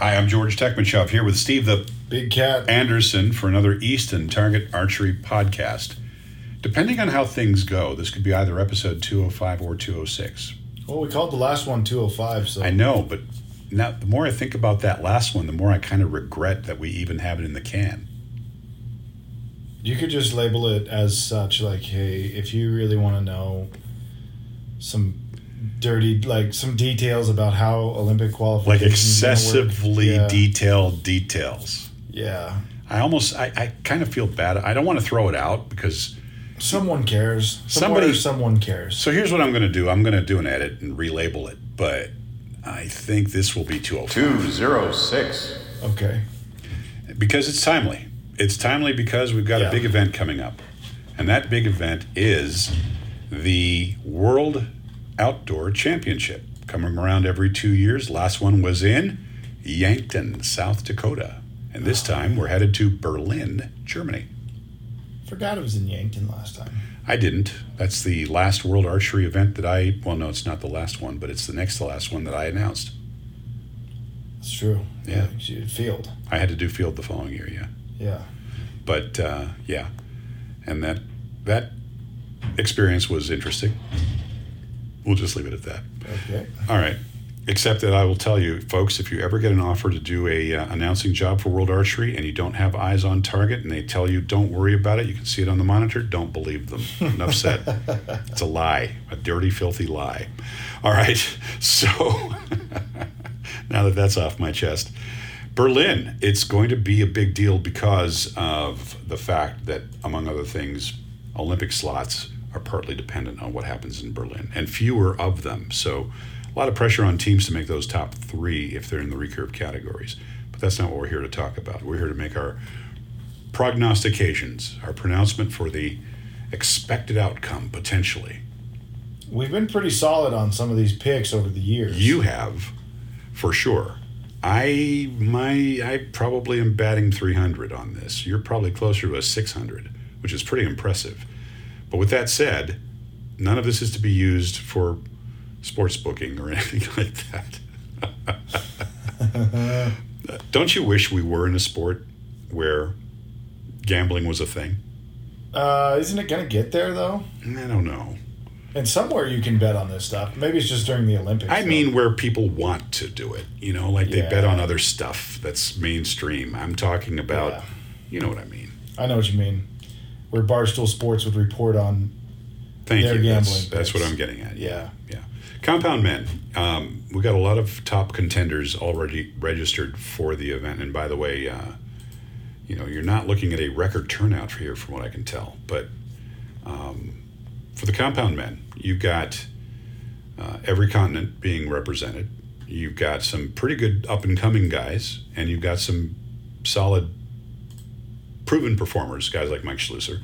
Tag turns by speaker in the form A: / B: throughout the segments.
A: Hi, I'm George Techmanshov here with Steve the
B: Big cat.
A: Anderson for another Easton Target Archery podcast. Depending on how things go, this could be either episode 205 or 206.
B: Well, we called the last one 205, so
A: I know, but now the more I think about that last one, the more I kind of regret that we even have it in the can.
B: you could just label it as such. Like, hey, if you really want to know some dirty, like some details about how Olympic
A: Like
B: qualifications
A: excessively
B: yeah.
A: detailed details.
B: Yeah,
A: I almost, I, I kind of feel bad. I don't want to throw it out because
B: someone cares.
A: Somebody-
B: Somebody, someone cares.
A: So here's what I'm going to do. I'm going to do an edit and relabel it, but I think this will be 205
C: 206.
B: Okay,
A: because it's timely. It's timely because we've got a
B: Yeah.
A: big event coming up. And that big event is the World Outdoor Championship coming around every 2 years. Last one was in Yankton, South Dakota. And this time we're headed to Berlin, Germany.
B: forgot it was in Yankton last time.
A: I didn't. That's the last World Archery event that I, well, no, it's not the last one, but it's the next to last one that I announced.
B: It's true.
A: Yeah.
B: she field.
A: I had to do field the following year, yeah.
B: Yeah,
A: But uh, yeah, and that that experience was interesting. We'll just leave it at that.
B: okay.
A: All right. Except that I will tell you, folks, if you ever get an offer to do a uh, announcing job for World Archery and you don't have eyes on target, and they tell you don't worry about it, you can see it on the monitor. Don't believe them. Enough said. it's a lie, a dirty, filthy lie. All right. So now that that's off my chest, Berlin. It's going to be a big deal because of the fact that, among other things, Olympic slots are partly dependent on what happens in Berlin, and fewer of them. So, a lot of pressure on teams to make those top three if they're in the recurve categories. But that's not what we're here to talk about. We're here to make our prognostications, our pronouncement for the expected outcome potentially.
B: We've been pretty solid on some of these picks over the years.
A: You have, for sure. I my I probably am batting 300 on this. You're probably closer to a 600, which is pretty impressive. But with that said, none of this is to be used for sports booking or anything like that. Don't you wish we were in a sport where gambling was a thing?
B: Uh, isn't it gonna get there though?
A: I don't know.
B: And somewhere you can bet on this stuff. Maybe it's just during the Olympics.
A: I
B: though.
A: mean, where people want to do it, you know, like they bet
B: Yeah.
A: on other stuff that's mainstream. I'm talking about,
B: Yeah.
A: you know what I mean.
B: I know what you mean. Where Barstool Sports would report on.
A: Thank
B: They're
A: you. That's,
B: gambling
A: that's what
B: picks.
A: I'm getting at. Yeah, yeah. Compound Men. Um, we got a lot of top contenders already registered for the event, and by the way, uh, you know, you're not looking at a record turnout for here, from what I can tell. But um, for the Compound Men, you've got uh, every continent being represented. You've got some pretty good up and coming guys, and you've got some solid, proven performers, guys like Mike Schlusser.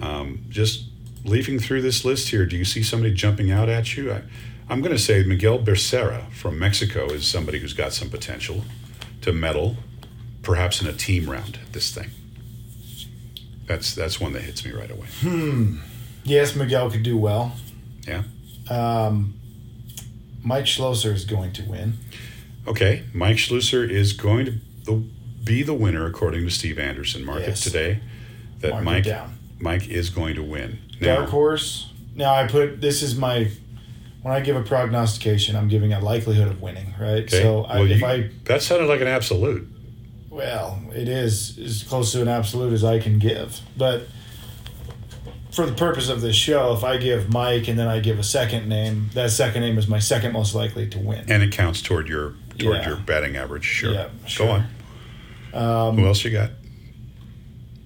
A: Um, just leafing through this list here, do you see somebody jumping out at you? I, I'm going to say Miguel Becerra from Mexico is somebody who's got some potential to medal, perhaps in a team round at this thing. That's that's one that hits me right away.
B: Yes, Miguel could do well.
A: Yeah.
B: Um, Mike Schlosser is going to win.
A: Okay, Mike Schlusser is going to the, be the winner according to Steve Anderson. Mark
B: Yes.
A: it today that
B: Mark it
A: Mike
B: down.
A: Mike is going to win.
B: Dark horse. Now I put this is my when I give a prognostication, I'm giving a likelihood of winning, right?
A: okay,
B: So I,
A: well,
B: if
A: you-
B: I
A: that sounded like an absolute.
B: well, it is as close to an absolute as I can give, but. For the purpose of this show, if I give Mike and then I give a second name, that second name is my second most likely to win.
A: and it counts toward your toward
B: Yeah.
A: your batting average. Sure.
B: Yeah,
A: Go
B: sure. Um,
A: on. Who else you got?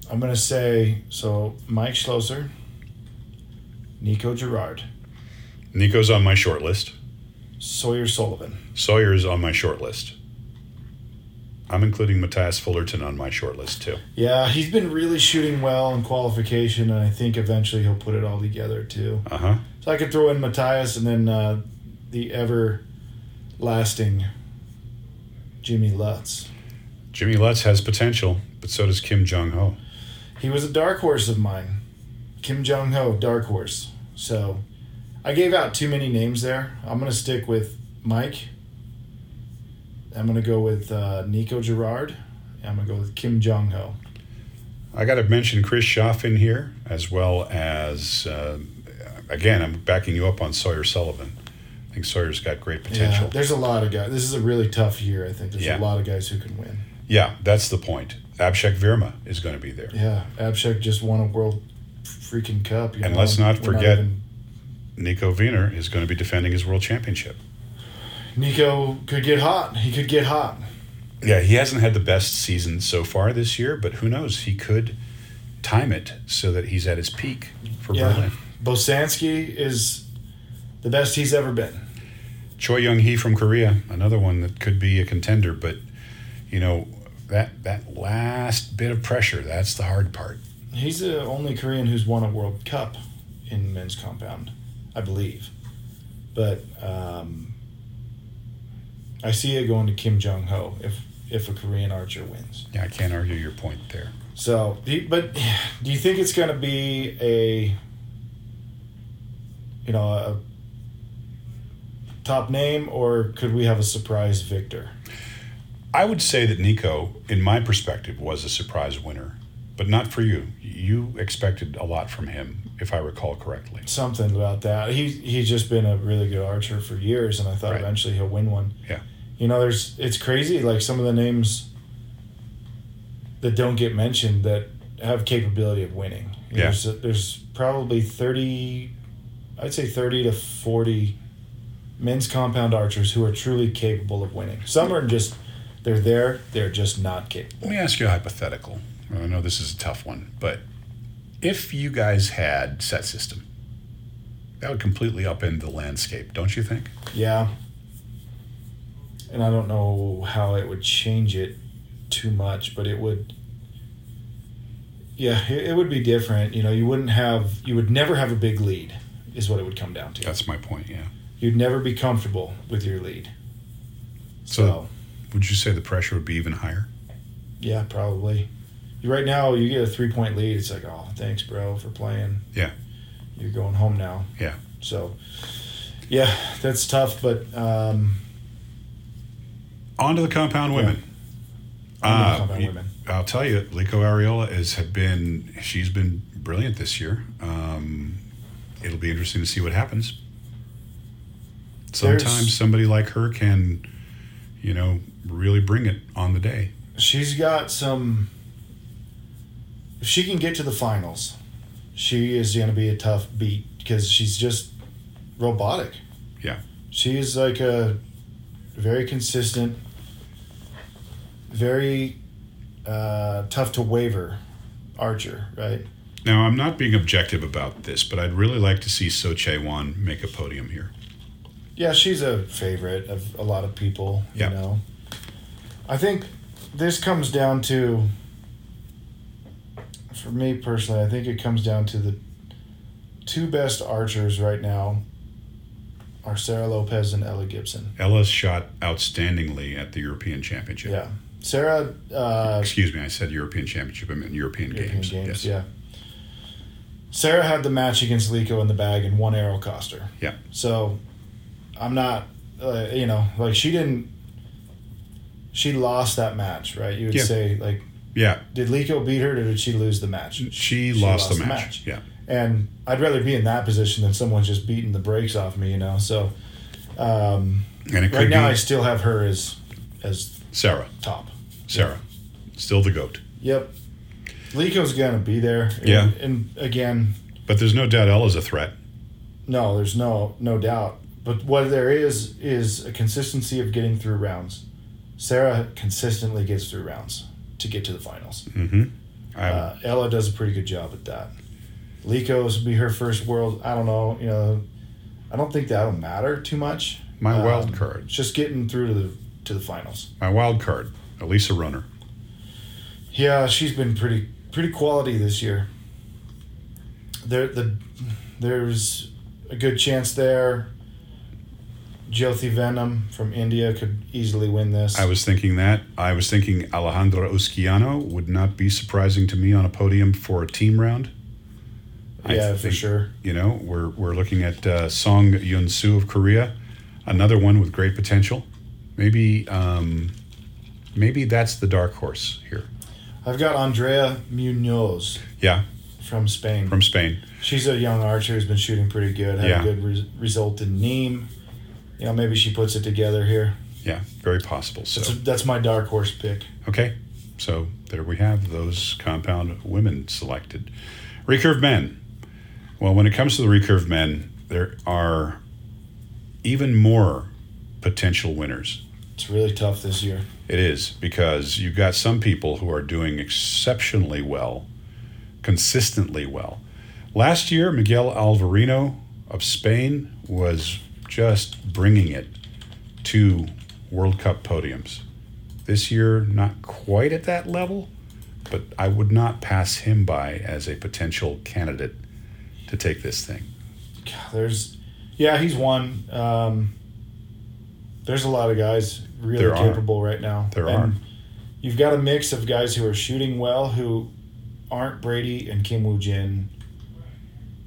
B: I'm gonna say so. Mike Schlosser, Nico Gerard,
A: Nico's on my short list.
B: Sawyer Sullivan.
A: Sawyer is on my short list. I'm including Matthias Fullerton on my short list too.
B: Yeah, he's been really shooting well in qualification, and I think eventually he'll put it all together too.
A: Uh huh.
B: So I could throw in Matthias and then uh, the ever-lasting Jimmy Lutz.
A: Jimmy Lutz has potential, but so does Kim Jong Ho.
B: He was a dark horse of mine, Kim Jong Ho, dark horse. So I gave out too many names there. I'm gonna stick with Mike. I'm gonna go with uh, Nico Gerard. I'm gonna go with Kim Jong Ho.
A: I got to mention Chris Schaff in here, as well as, uh, again, I'm backing you up on Sawyer Sullivan. I think Sawyer's got great potential.
B: Yeah, there's a lot of guys. This is a really tough year. I think there's
A: Yeah.
B: a lot of guys who can win.
A: Yeah, that's the point. Abshek Verma is going to be there.
B: Yeah, Abshek just won a world freaking cup. You
A: And
B: know,
A: let's not
B: we're
A: forget-
B: even-
A: Nico Wiener is going to be defending his world championship.
B: Nico could get hot. He could get hot.
A: Yeah, he hasn't had the best season so far this year, but who knows? He could time it so that he's at his peak for
B: Yeah.
A: Berlin.
B: Bosansky is the best he's ever been.
A: Choi Young Hee from Korea, another one that could be a contender, but you know that that last bit of pressure, that's the hard part.
B: He's the only Korean who's won a World Cup in men's compound, I believe. But um, I see it going to Kim Jong Ho if if a Korean archer wins.
A: Yeah, I can't argue your point there.
B: So, do you- but do you think it's going to be a you know a top name, or could we have a surprise victor?
A: I would say that Nico, in my perspective, was a surprise winner, but not for you. You expected a lot from him, if I recall correctly.
B: something about that. He he's just been a really good archer for years, and I thought
A: Right.
B: eventually he'll win one.
A: Yeah.
B: you know, there's it's crazy. Like some of the names that don't get mentioned that have capability of winning.
A: Yeah.
B: There's, there's probably thirty, I'd say thirty to forty men's compound archers who are truly capable of winning. Some are just they're there, they're just not capable.
A: Let me ask you a hypothetical. I know this is a tough one, but if you guys had set system, that would completely upend the landscape, don't you think?
B: Yeah. And I don't know how it would change it too much, but it would. Yeah, it, it would be different. You know, you wouldn't have, you would never have a big lead, is what it would come down to.
A: That's my point, yeah.
B: You'd never be comfortable with your lead.
A: So-
B: So,
A: Would you say the pressure would be even higher?
B: yeah, probably. Right now, you get a three point lead. It's like, oh, thanks, bro, for playing.
A: Yeah.
B: You're going home now.
A: Yeah.
B: So, yeah, that's tough, but um,
A: On to the compound women.
B: I'm gonna
A: Uh,
B: come on
A: you-
B: women.
A: I'll tell you, Lico Ariola has have been she's been brilliant this year. Um, it'll be interesting to see what happens. Sometimes
B: There's-
A: somebody like her can, you know, really bring it on the day.
B: she's got some if she can get to the finals she is going to be a tough beat because she's just robotic
A: Yeah.
B: she is like a very consistent very uh, tough to waver archer right
A: Now I'm not being objective about this, but I'd really like to see So Che Wan make a podium here.
B: Yeah, she's a favorite of a lot of people.
A: Yeah.
B: You know, I think this comes down to, for me personally, I think it comes down to the two best archers right now are Sarah Lopez and Ella Gibson.
A: Ellis shot outstandingly at the European Championship.
B: Yeah, Sarah. Uh,
A: Excuse me, I said European Championship. I meant European,
B: European games.
A: Games.
B: Yeah. Sarah had the match against Lico in the bag, and one arrow cost her.
A: Yeah.
B: So, I'm not, uh, you know, like she didn't. She lost that match, right? You would
A: Yeah.
B: say like,
A: Yeah.
B: did Lico beat her, or did she lose the match?
A: She, lost, the, match. Yeah.
B: And I'd rather be in that position than someone's just beating the brakes off me, you know. So, um,
A: And it could
B: right now
A: be
B: I still have her as as
A: Sarah.
B: top.
A: Sarah. Still the GOAT.
B: Yep. Lico's gonna be there.
A: Yeah.
B: And, and again,
A: But there's no doubt Ella's a threat.
B: No, there's no no doubt. But what there is is a consistency of getting through rounds. Sarah consistently gets through rounds to get to the finals.
A: Mm-hmm. I,
B: Uh, Ella does a pretty good job at that. Lico's would be her first world. I don't know. You know, I don't think that'll matter too much.
A: my
B: um,
A: wild card.
B: It's just getting through to the to the finals.
A: My wild card. Elisa Runner.
B: Yeah, she's been pretty pretty quality this year. There the there's a good chance there. Jyothi Venom from India could easily win this.
A: I was thinking that. I was thinking Alejandra Usquiano would not be surprising to me on a podium for a team round. I
B: yeah, for
A: think-
B: sure.
A: You know, we're, we're looking at uh, Song Yun Soo of Korea, another one with great potential. Maybe um, maybe that's the dark horse here.
B: I've got Andrea Munoz
A: Yeah,
B: from Spain.
A: from Spain.
B: She's a young archer who's been shooting pretty good. Had
A: Yeah.
B: a good re- result in Nîmes. You know, maybe she puts it together here.
A: Yeah, very possible. So
B: That's, that's my dark horse pick.
A: Okay, so there we have those compound women selected. Recurve men. Well, when it comes to the recurve men, there are even more potential winners.
B: It's really tough this year.
A: It is because you've got some people who are doing exceptionally well, consistently well. Last year, Miguel Alvarino of Spain was just bringing it to World Cup podiums. This year, not quite at that level, but I would not pass him by as a potential candidate to take this thing.
B: God, there's, yeah, he's one. Um, there's a lot of guys really
A: There are.
B: capable right now.
A: There
B: And
A: are.
B: You've got a mix of guys who are shooting well who aren't Brady and Kim Woo Jin.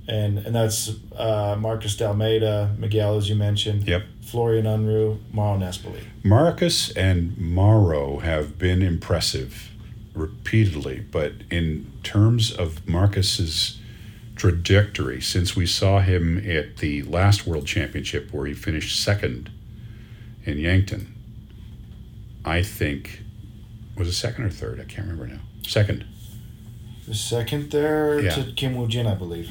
B: And, and that's uh, Marcus Dalmeida, Miguel, as you mentioned,
A: Yep.
B: Florian Unruh, Mauro Nespoli.
A: Marcus and Morrow have been impressive repeatedly, but in terms of Marcus's trajectory, since we saw him at the last World Championship where he finished second in Yankton, I think was it second or third? I can't remember now. Second.
B: The second there
A: Yeah.
B: to Kim Woo Jin, I believe.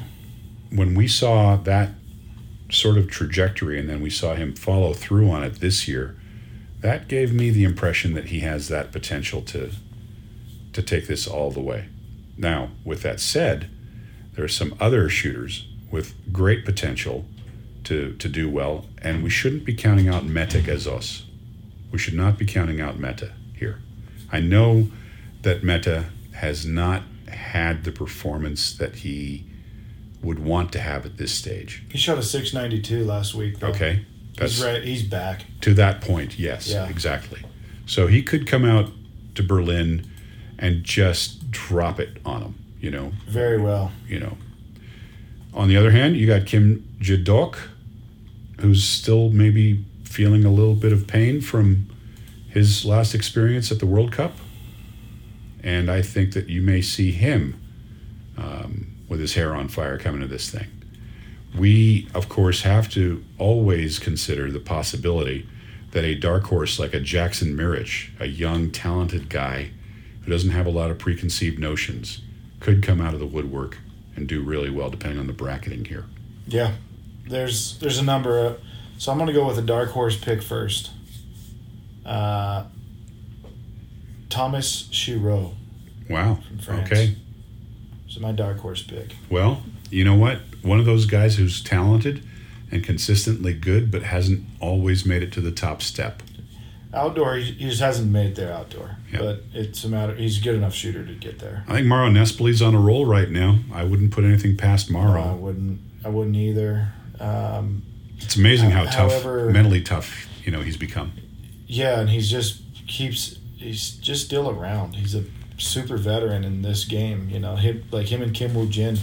A: When we saw that sort of trajectory and then we saw him follow through on it this year, that gave me the impression that he has that potential to to take this all the way. Now, with that said, there are some other shooters with great potential to to do well, and we shouldn't be counting out Mete Gazos. We should not be counting out Meta here. I know that Meta has not had the performance that he would want to have at this stage.
B: He shot a 692 last week. Though.
A: Okay.
B: He's right. He's back.
A: To that point, yes,
B: Yeah.
A: exactly. So he could come out to Berlin and just drop it on them, you know,
B: Very well.
A: you know. On the other hand, you got Kim Jidok, who's still maybe feeling a little bit of pain from his last experience at the World Cup, and I think that you may see him um, with his hair on fire coming to this thing. We, of course, have to always consider the possibility that a dark horse like a Jackson Mirich, a young, talented guy who doesn't have a lot of preconceived notions, could come out of the woodwork and do really well, depending on the bracketing here.
B: Yeah. There's there's a number of. So I'm gonna go with a dark horse pick first. Uh, Thomas Giroux.
A: Wow.
B: From France.
A: Okay.
B: So my dark horse pick.
A: Well, you know what? One of those guys who's talented and consistently good, but hasn't always made it to the top step.
B: Outdoor, he he just hasn't made it there outdoor.
A: Yeah.
B: But it's a matter. He's a good enough shooter to get there.
A: I think Mauro Nespoli's on a roll right now. I wouldn't put anything past Mauro.
B: I wouldn't. I wouldn't either. Um,
A: It's amazing how
B: However-
A: tough, mentally tough, you know, he's become.
B: Yeah, and he's just keeps he's just still around. He's a super veteran in this game. You know, him like him and Kim Woo Jin,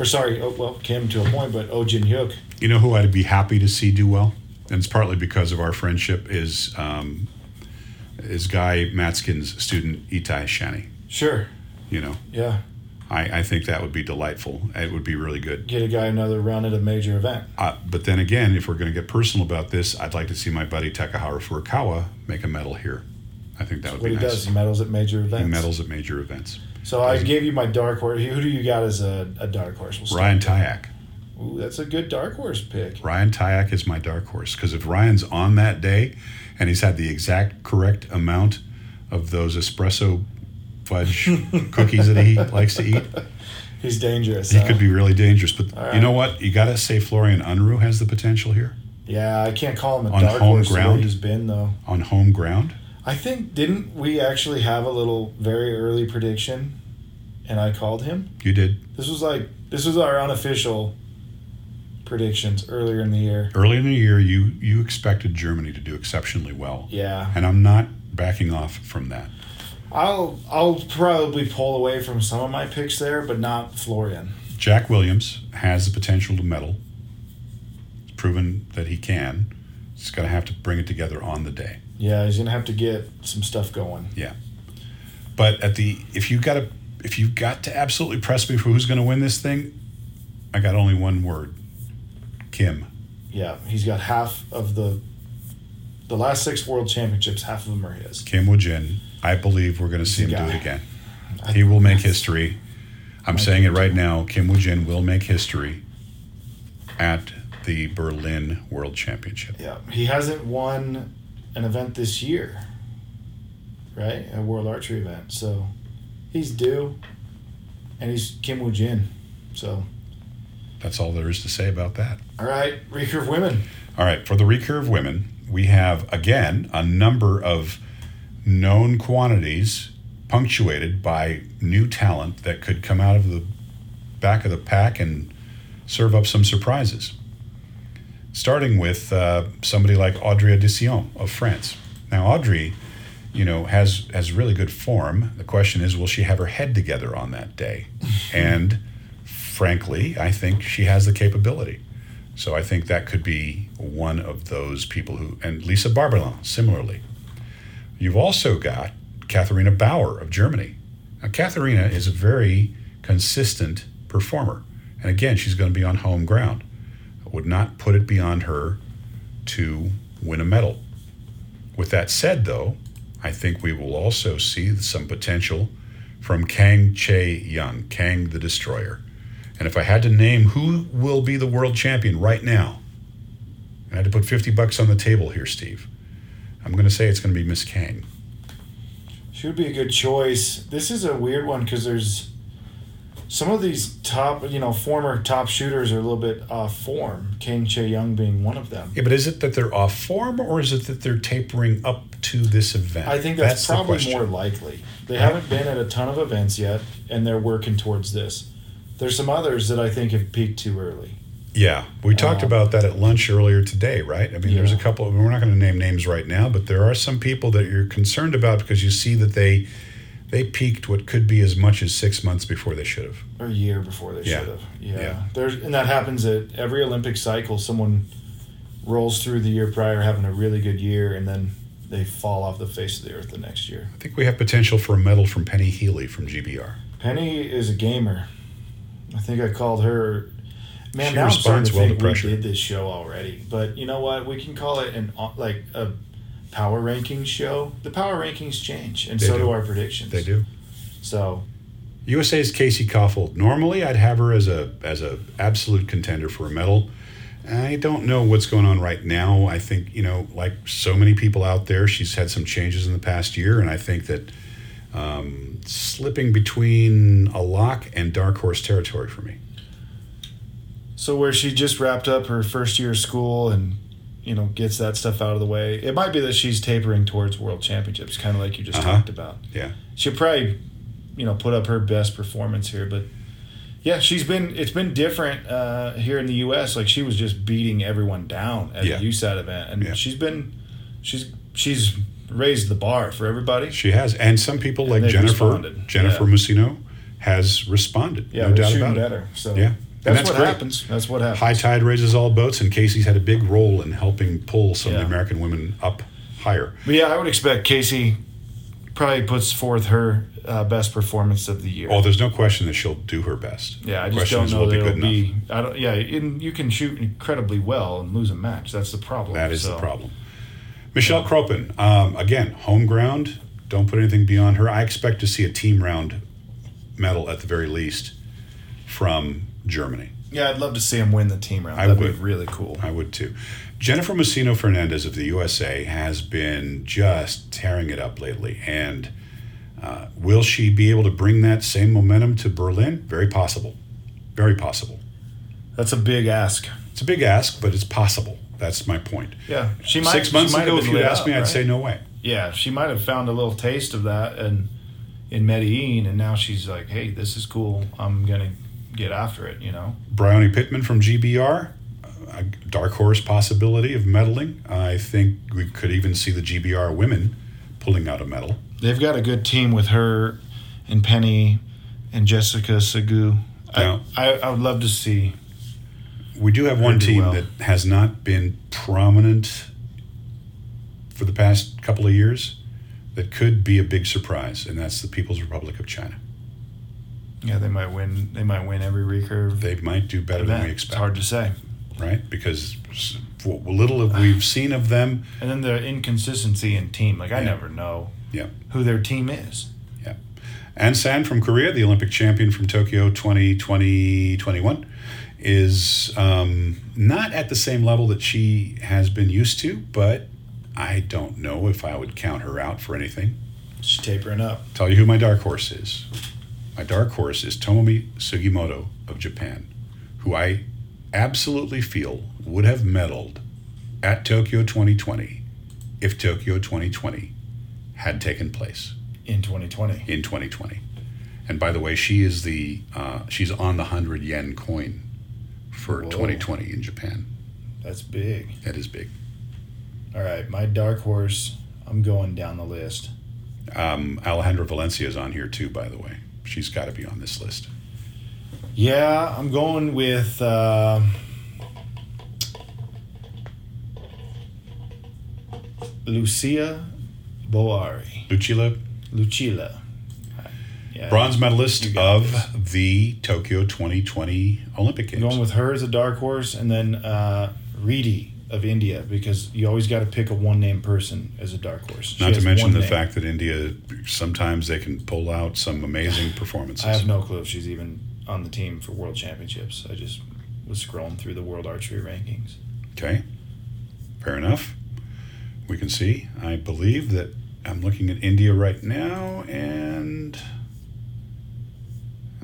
B: or sorry, oh, well Kim to a point, but Oh Jin Hyuk.
A: You know who I'd be happy to see do well, and it's partly because of our friendship is um, is Guy Matskin's student Itai Shani.
B: Sure,
A: You know,
B: yeah,
A: I, I think that would be delightful. It would be really good.
B: get a guy another run at a major event.
A: Uh, but then again, if we're going to get personal about this, I'd like to see my buddy Takahara Furukawa make a medal here. I think that would
B: What
A: be
B: he
A: nice.
B: does, he medals at major events.
A: He medals at major events.
B: So I gave you my dark horse. Who do you got as a, a dark horse? We'll start-
A: Ryan Tyack.
B: Ooh, that's a good dark horse pick.
A: Ryan Tyack is my dark horse because if Ryan's on that day and he's had the exact correct amount of those espresso fudge cookies that he likes to eat,
B: He's dangerous.
A: he
B: huh?
A: could be really dangerous. But
B: All
A: you know what? You got to say Florian Unruh has the potential here
B: Yeah, I can't call him a
A: On
B: dark
A: home
B: horse. the way
A: ground?
B: he's been though.
A: on home ground.
B: I think didn't we actually have a little very early prediction, and I called him.
A: You did
B: This was like this was our unofficial predictions earlier in the year.
A: early in the year. You you expected Germany to do exceptionally well,
B: Yeah,
A: and I'm not backing off from that.
B: I'll I'll probably pull away from some of my picks there, but not Florian.
A: Jack Williams has the potential to medal. It's proven that he can. He's going to have to bring it together on the day.
B: Yeah, he's gonna have to get some stuff going.
A: Yeah. But at the if you got to if you got to absolutely press me for who's going to win this thing, I got only one word. Kim.
B: Yeah, he's got half of the the last six world championships. Half of them are his.
A: Kim Woojin. I believe we're going to see him
B: the
A: do
B: guy.
A: it again.
B: I-
A: He will make history. I'm saying it
B: think
A: right now. Kim Woojin will make history at the Berlin World Championship.
B: Yeah, he hasn't won an event this year, right? A world archery event. So he's due, and he's Kim Woo Jin. So
A: That's all there is to say about that.
B: all right, recurve women.
A: All right, for the recurve women, we have again a number of known quantities punctuated by new talent that could come out of the back of the pack and serve up some surprises. Starting with uh, somebody like Audrey Audition of France. Now, Audrey, you know, has has really good form. The question is, will she have her head together on that day? and frankly, I think she has the capability. So I think that could be one of those people who, and Lisa Barberlin, similarly. You've also got Katharina Bauer of Germany. Now, Katharina is a very consistent performer. And again, she's going to be on home ground. I would not put it beyond her to win a medal. With that said, though, I think we will also see some potential from Kang Che Young, Kang the Destroyer. And if I had to name who will be the world champion right now, and I had to put 50 bucks on the table here, Steve, I'm going to say it's going to be Miss Kang.
B: She would be a good choice. This is a weird one because there's some of these top, you know, former top shooters are a little bit off form. Kang Che Young being one of them.
A: Yeah, but is it that they're off form or is it that they're tapering up to this event?
B: I think that's,
A: the
B: probably
A: question.
B: more likely. They
A: Right.
B: haven't been at a ton of events yet, and they're working towards this. There's some others that I think have peaked too early.
A: Yeah, we talked
B: Um,
A: about that at lunch earlier today, right? I mean, there's a
B: Yeah.
A: couple. We're not going to name names right now, but there are some people that you're concerned about because you see that they they peaked what could be as much as six months before they should have.
B: or a year before they
A: Yeah.
B: should have. Yeah.
A: Yeah.
B: There's and that happens at every Olympic cycle. Someone rolls through the year prior having a really good year, and then they fall off the face of the earth the next year.
A: I think we have potential for a medal from Penny Healy from GBR.
B: Penny is a gamer. I think I called her. Man,
A: She
B: now I'm starting
A: responds
B: to
A: well to
B: think
A: pressure.
B: we did this show already. But you know what? We can call it an like a power rankings show. The power rankings change, and
A: They
B: so
A: do.
B: do our predictions.
A: They do.
B: So
A: USA's Casey Koffold. Normally, I'd have her as a as a absolute contender for a medal. I don't know what's going on right now. I think you know, like so many people out there, she's had some changes in the past year, and I think that um, slipping between a lock and dark horse territory for me.
B: So where she just wrapped up her first year of school and you know gets that stuff out of the way. It might be that she's tapering towards world championships, kind of like you just
A: Uh-huh.
B: talked about.
A: Yeah.
B: She'll probably you know put up her best performance here, but yeah, she's been it's been different uh, here in the U.S. Like she was just beating everyone down at
A: Yeah.
B: the USAD event, and
A: Yeah.
B: she's been she's she's raised the bar for everybody.
A: She has, and some people like
B: they've
A: Jennifer
B: responded.
A: Jennifer
B: Yeah.
A: Musino has responded.
B: Yeah,
A: no
B: they're
A: doubt
B: shooting
A: about it.
B: better. So
A: Yeah. And
B: that's,
A: that's
B: what
A: great.
B: happens. That's what happens.
A: High tide raises all boats, and Casey's had a big role in helping pull some of
B: Yeah.
A: the American women up higher.
B: But yeah, I would expect Casey probably puts forth her uh, best performance of the year.
A: Oh, there's no question that she'll do her best.
B: yeah, I
A: The
B: just
A: question
B: don't
A: is,
B: know
A: will it
B: that
A: be
B: it'll
A: good enough?
B: be. I don't, yeah, and you can shoot incredibly well and lose a match. That's the problem.
A: That is
B: So,
A: the problem. Michelle Cropin, um, again, home ground. Don't put anything beyond her. I expect to see a team round medal at the very least from Germany.
B: Yeah, I'd love to see him win the team round.
A: I
B: That'd
A: would.
B: be really cool.
A: I would too. Jennifer Musino Fernandez of the USA has been just tearing it up lately. And uh, will she be able to bring that same momentum to Berlin? Very possible. Very possible.
B: That's a big ask.
A: It's a big ask, but it's possible. That's my point.
B: Yeah, she might.
A: Six
B: she
A: months
B: might have
A: ago,
B: been
A: if you'd
B: lit
A: asked
B: up,
A: me, I'd
B: right?
A: say no way.
B: Yeah, she might have found a little taste of that and in Medellin, and now she's like, "Hey, this is cool. I'm gonna get after it." You know.
A: Bryony Pittman from GBR, a uh, dark horse possibility of medaling. I think we could even see the GBR women pulling out a medal.
B: They've got a good team with her and Penny and Jessica Sagu.
A: Yeah.
B: I, I, I would love to see.
A: We do have one
B: do
A: team
B: well.
A: that has not been prominent for the past couple of years that could be a big surprise, and that's the People's Republic of China.
B: Yeah, they might win. They might win every recurve.
A: They might do better than
B: event.
A: we
B: It's
A: expect,
B: hard to say.
A: right? Because s- w- little of we've seen of them,
B: And then the inconsistency in team. Like I
A: Yeah.
B: never know
A: Yeah.
B: who their team is.
A: And San from Korea, the Olympic champion from Tokyo 2020 21, is um, not at the same level that she has been used to, but I don't know if I would count her out for anything.
B: She's tapering up.
A: Tell you who my dark horse is. My dark horse is Tomomi Sugimoto of Japan, who I absolutely feel would have medaled at Tokyo 2020 if Tokyo 2020 had taken place
B: in 2020.
A: in 2020. And by the way, she is the uh, she's on the hundred yen coin for
B: Whoa.
A: 2020 in Japan.
B: That's big.
A: That is big.
B: All right, my dark horse. I'm going down the list.
A: Um, Alejandra Valencia is on here too, by the way. She's got to be on this list.
B: Yeah, I'm going with. Uh, Lucia Boari.
A: Lucila,
B: Lucilla. Yeah.
A: bronze medalist
B: You got
A: of
B: this.
A: the Tokyo 2020 Olympic
B: I'm
A: Games.
B: going with her as a dark horse, and then uh, Reedy of India, because you always got to pick a one name person as a dark horse. She
A: Not to
B: has
A: mention
B: one
A: the
B: name.
A: fact that India sometimes they can pull out some amazing performances.
B: I have no clue if she's even on the team for world championships. I just was scrolling through the world archery rankings.
A: Okay. Fair enough. We can see. I believe that I'm looking at India right now and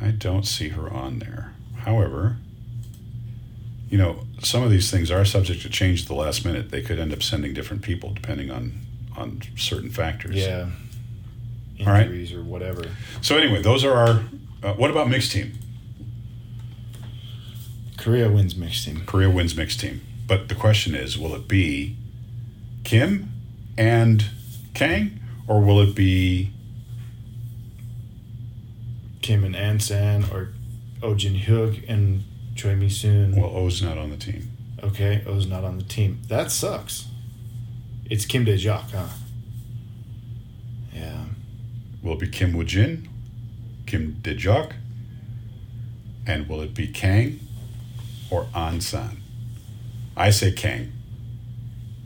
A: I don't see her on there. However, you know, some of these things are subject to change at the last minute. They could end up sending different people depending on on certain factors.
B: Yeah.
A: All right.
B: Injuries or whatever.
A: So anyway, those are our uh, what about mixed team?
B: Korea wins mixed team.
A: Korea wins mixed team. But the question is, will it be Kim and Kang, or will it be
B: Kim and Ansan or Oh Jin Hyuk and Choi Mi Soon.
A: well O's not on the team?
B: Okay, O's not on the team. That sucks. It's Kim Dae Jok, huh? Yeah.
A: Will it be Kim Woo Jin, Kim Dijok, and will it be Kang or Ansan? I say Kang.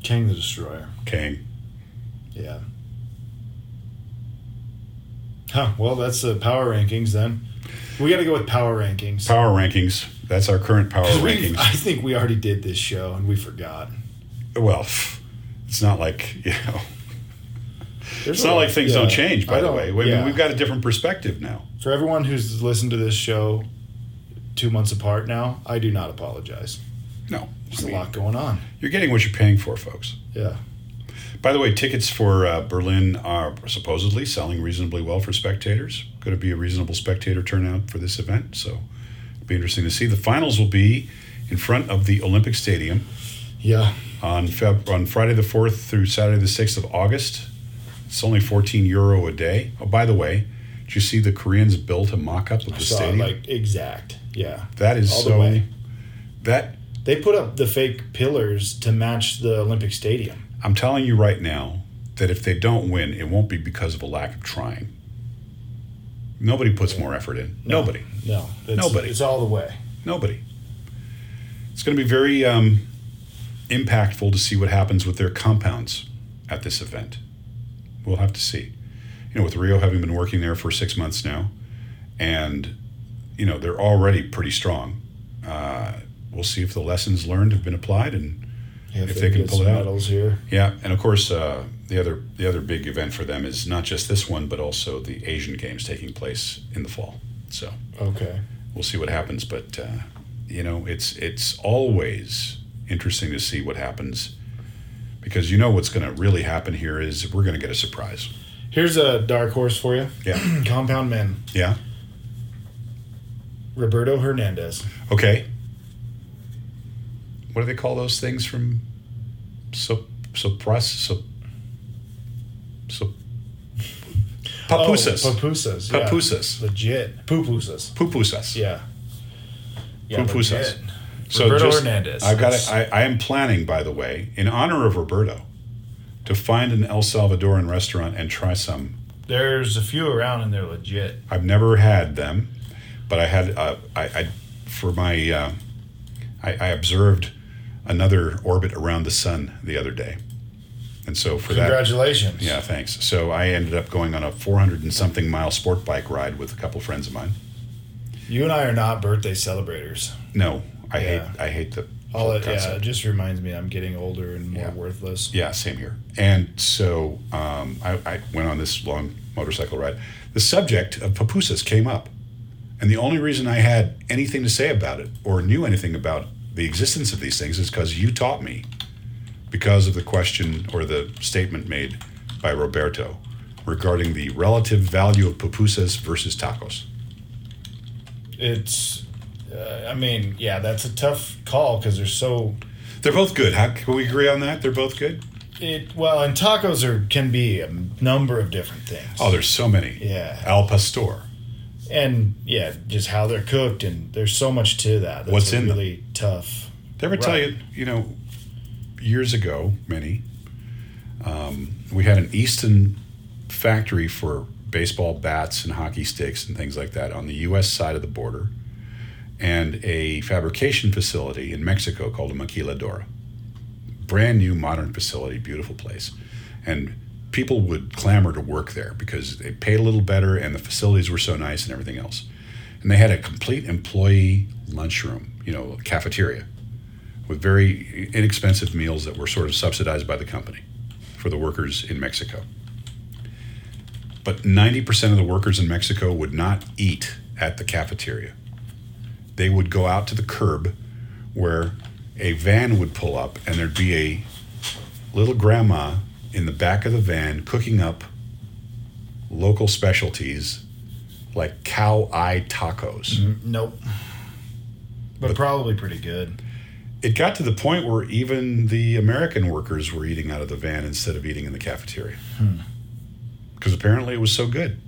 B: Kang the Destroyer.
A: Kang.
B: Yeah. Huh. Well, that's the power rankings then. We got to go with power rankings.
A: Power rankings. That's our current power
B: 'Cause we-
A: rankings.
B: I think we already did this show and we forgot.
A: Well, pff, it's not like you know.
B: There's
A: It's
B: a
A: not
B: lot-
A: like things
B: yeah.
A: don't change. By
B: I
A: the
B: don't-
A: way, I mean,
B: yeah.
A: we've got a different perspective now.
B: for everyone who's listened to this show two months apart now. I do not apologize.
A: No, I
B: There's
A: mean,
B: a lot going on.
A: You're getting what you're paying for, folks.
B: Yeah.
A: By the way, tickets for uh, Berlin are supposedly selling reasonably well for spectators. Going to be a reasonable spectator turnout for this event, so it'll be interesting to see. The finals will be in front of the Olympic Stadium
B: Yeah.
A: on Feb- on Friday the fourth through Saturday the sixth of August. It's only fourteen euro a day. Oh, by the way, did you see the Koreans built a mock-up of the
B: I saw it,
A: stadium?
B: like exact. Yeah.
A: that is
B: all the
A: so.
B: way.
A: That
B: They put up the fake pillars to match the Olympic Stadium.
A: I'm telling you right now that if they don't win, it won't be because of a lack of trying. Nobody puts more effort in.
B: No.
A: Nobody.
B: No. It's,
A: Nobody.
B: It's all the way.
A: Nobody. It's going to be very um, impactful to see what happens with their compounds at this event. We'll have to see. You know, with Rio having been working there for six months now, and you know they're already pretty strong. Uh, we'll see if the lessons learned have been applied and If they can
B: get
A: pull
B: some
A: it out.
B: medals here.
A: yeah, and of course, uh, the other the other big event for them is not just this one, but also the Asian Games taking place in the fall. So
B: Okay.
A: we'll see what happens, but uh, you know, it's it's always interesting to see what happens because you know what's going to really happen here is we're going to get a surprise.
B: Here's a dark horse for you.
A: Yeah.
B: Compound men.
A: Yeah.
B: Roberto Hernandez.
A: Okay. What do they call those things from? So suppress so. so Papusas.
B: Oh, Papusas. yeah.
A: Papusas.
B: Legit. Pupusas.
A: Pupusas.
B: Yeah.
A: Pupusas.
B: legit.
A: So
B: Roberto
A: just,
B: Hernandez.
A: I've got.
B: That's-
A: I, I am planning, by the way, in honor of Roberto, to find an El Salvadoran restaurant and try some.
B: There's a few around and they're legit.
A: I've never had them, but I had uh, I, I for my uh, I, I observed another orbit around the sun the other day, and so for that
B: Congratulations.
A: Yeah, thanks. So I ended up going on a 400 and something mile sport bike ride with a couple friends of mine.
B: You and I are not birthday celebrators.
A: No, I
B: Yeah.
A: hate I hate the
B: All
A: whole
B: it, yeah,
A: concept.
B: it just reminds me I'm getting older and more
A: Yeah.
B: worthless.
A: Yeah, same here. And so um, I, I went on this long motorcycle ride. The subject of pupusas came up, and the only reason I had anything to say about it or knew anything about the existence of these things is because you taught me, because of the question or the statement made by Roberto regarding the relative value of pupusas versus tacos.
B: It's, uh, I mean, yeah, that's a tough call because they're so.
A: They're both good. How can we agree on that? They're both good.
B: It well, and tacos are can be a number of different things.
A: Oh, there's so many.
B: yeah,
A: Al pastor.
B: and yeah, just how they're cooked and there's so much to that. That's
A: What's
B: a
A: in them?
B: really tough.
A: Did I ever tell
B: Right.
A: you, you know, years ago, many, um, we had an Easton factory for baseball bats and hockey sticks and things like that on the U.S. side of the border, and a fabrication facility in Mexico called a maquiladora. Brand new, modern facility, beautiful place, and people would clamor to work there because they paid a little better and the facilities were so nice and everything else. And they had a complete employee lunchroom, you know, cafeteria with very inexpensive meals that were sort of subsidized by the company for the workers in Mexico. But 90% of the workers in Mexico would not eat at the cafeteria. They would go out to the curb where a van would pull up and there'd be a little grandma in the back of the van cooking up local specialties like cow eye tacos.
B: Nope. But, probably pretty good.
A: it got to the point where even the American workers were eating out of the van instead of eating in the cafeteria. Because apparently it was so good.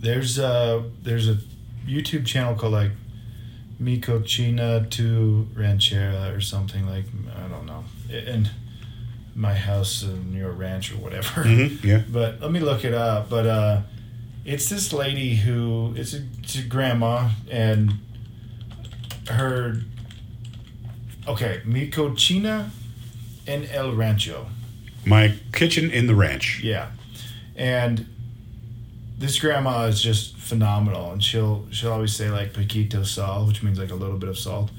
B: There's a there's a YouTube channel called like Mi Cochina to Ranchera or something like I don't know. And my house and your ranch or whatever.
A: Yeah.
B: But let me look it up. But uh, it's this lady who it's a, it's a grandma and her okay Mi Cochina and El Rancho.
A: My kitchen in the ranch.
B: Yeah, and this grandma is just phenomenal, and she'll she'll always say like poquito sal, which means like a little bit of salt,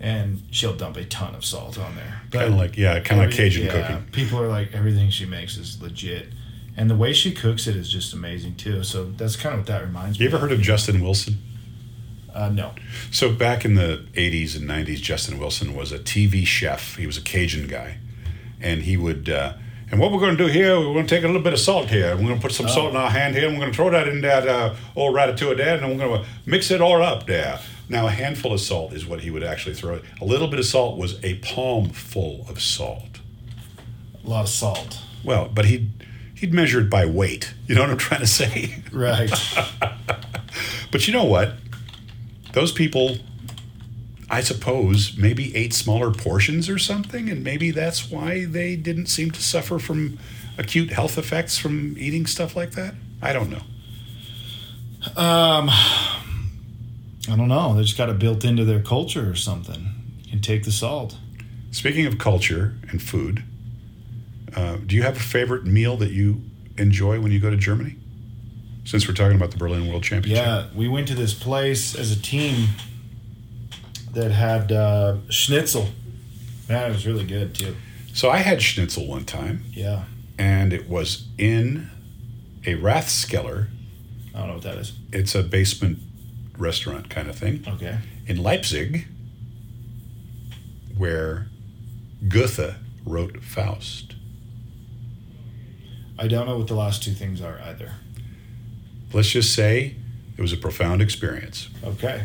B: and she'll dump a ton of salt on there.
A: Kind of like, yeah, kind of like
B: every-
A: Cajun
B: yeah,
A: cooking.
B: People are like everything she makes is legit, and the way she cooks it is just amazing too. So that's kind of what that reminds
A: You
B: me.
A: ever heard of Justin Wilson?
B: Uh, no,
A: So back in the 80s and 90s, Justin Wilson was a TV chef. He was a Cajun guy. And he would, uh, and what we're going to do here, we're going to take a little bit of salt here. We're going to put some salt in our hand here. And we're going to throw that in that uh, old ratatouille there. And then we're going to mix it all up there. Now, a handful of salt is what he would actually throw. A little bit of salt was a palm full of salt.
B: a lot of salt.
A: Well, but he'd, he'd measure it by weight. You know what I'm trying to say?
B: Right.
A: But you know what? Those people, I suppose, maybe ate smaller portions or something, and maybe that's why they didn't seem to suffer from acute health effects from eating stuff like that. I don't know.
B: I don't know. They just got it built into their culture or something. You can take the salt.
A: Speaking of culture and food, uh, do you have a favorite meal that you enjoy when you go to Germany? Since we're talking about the Berlin World Championship.
B: Yeah, we went to this place as a team that had uh, schnitzel. Man, it was really good too.
A: So I had schnitzel one time,
B: Yeah,
A: and it was in a Rathskeller.
B: I don't know what that is.
A: It's a basement restaurant kind of thing.
B: Okay.
A: in Leipzig, where Goethe wrote Faust.
B: I don't know what the last two things are either.
A: Let's just say it was a profound experience.
B: Okay.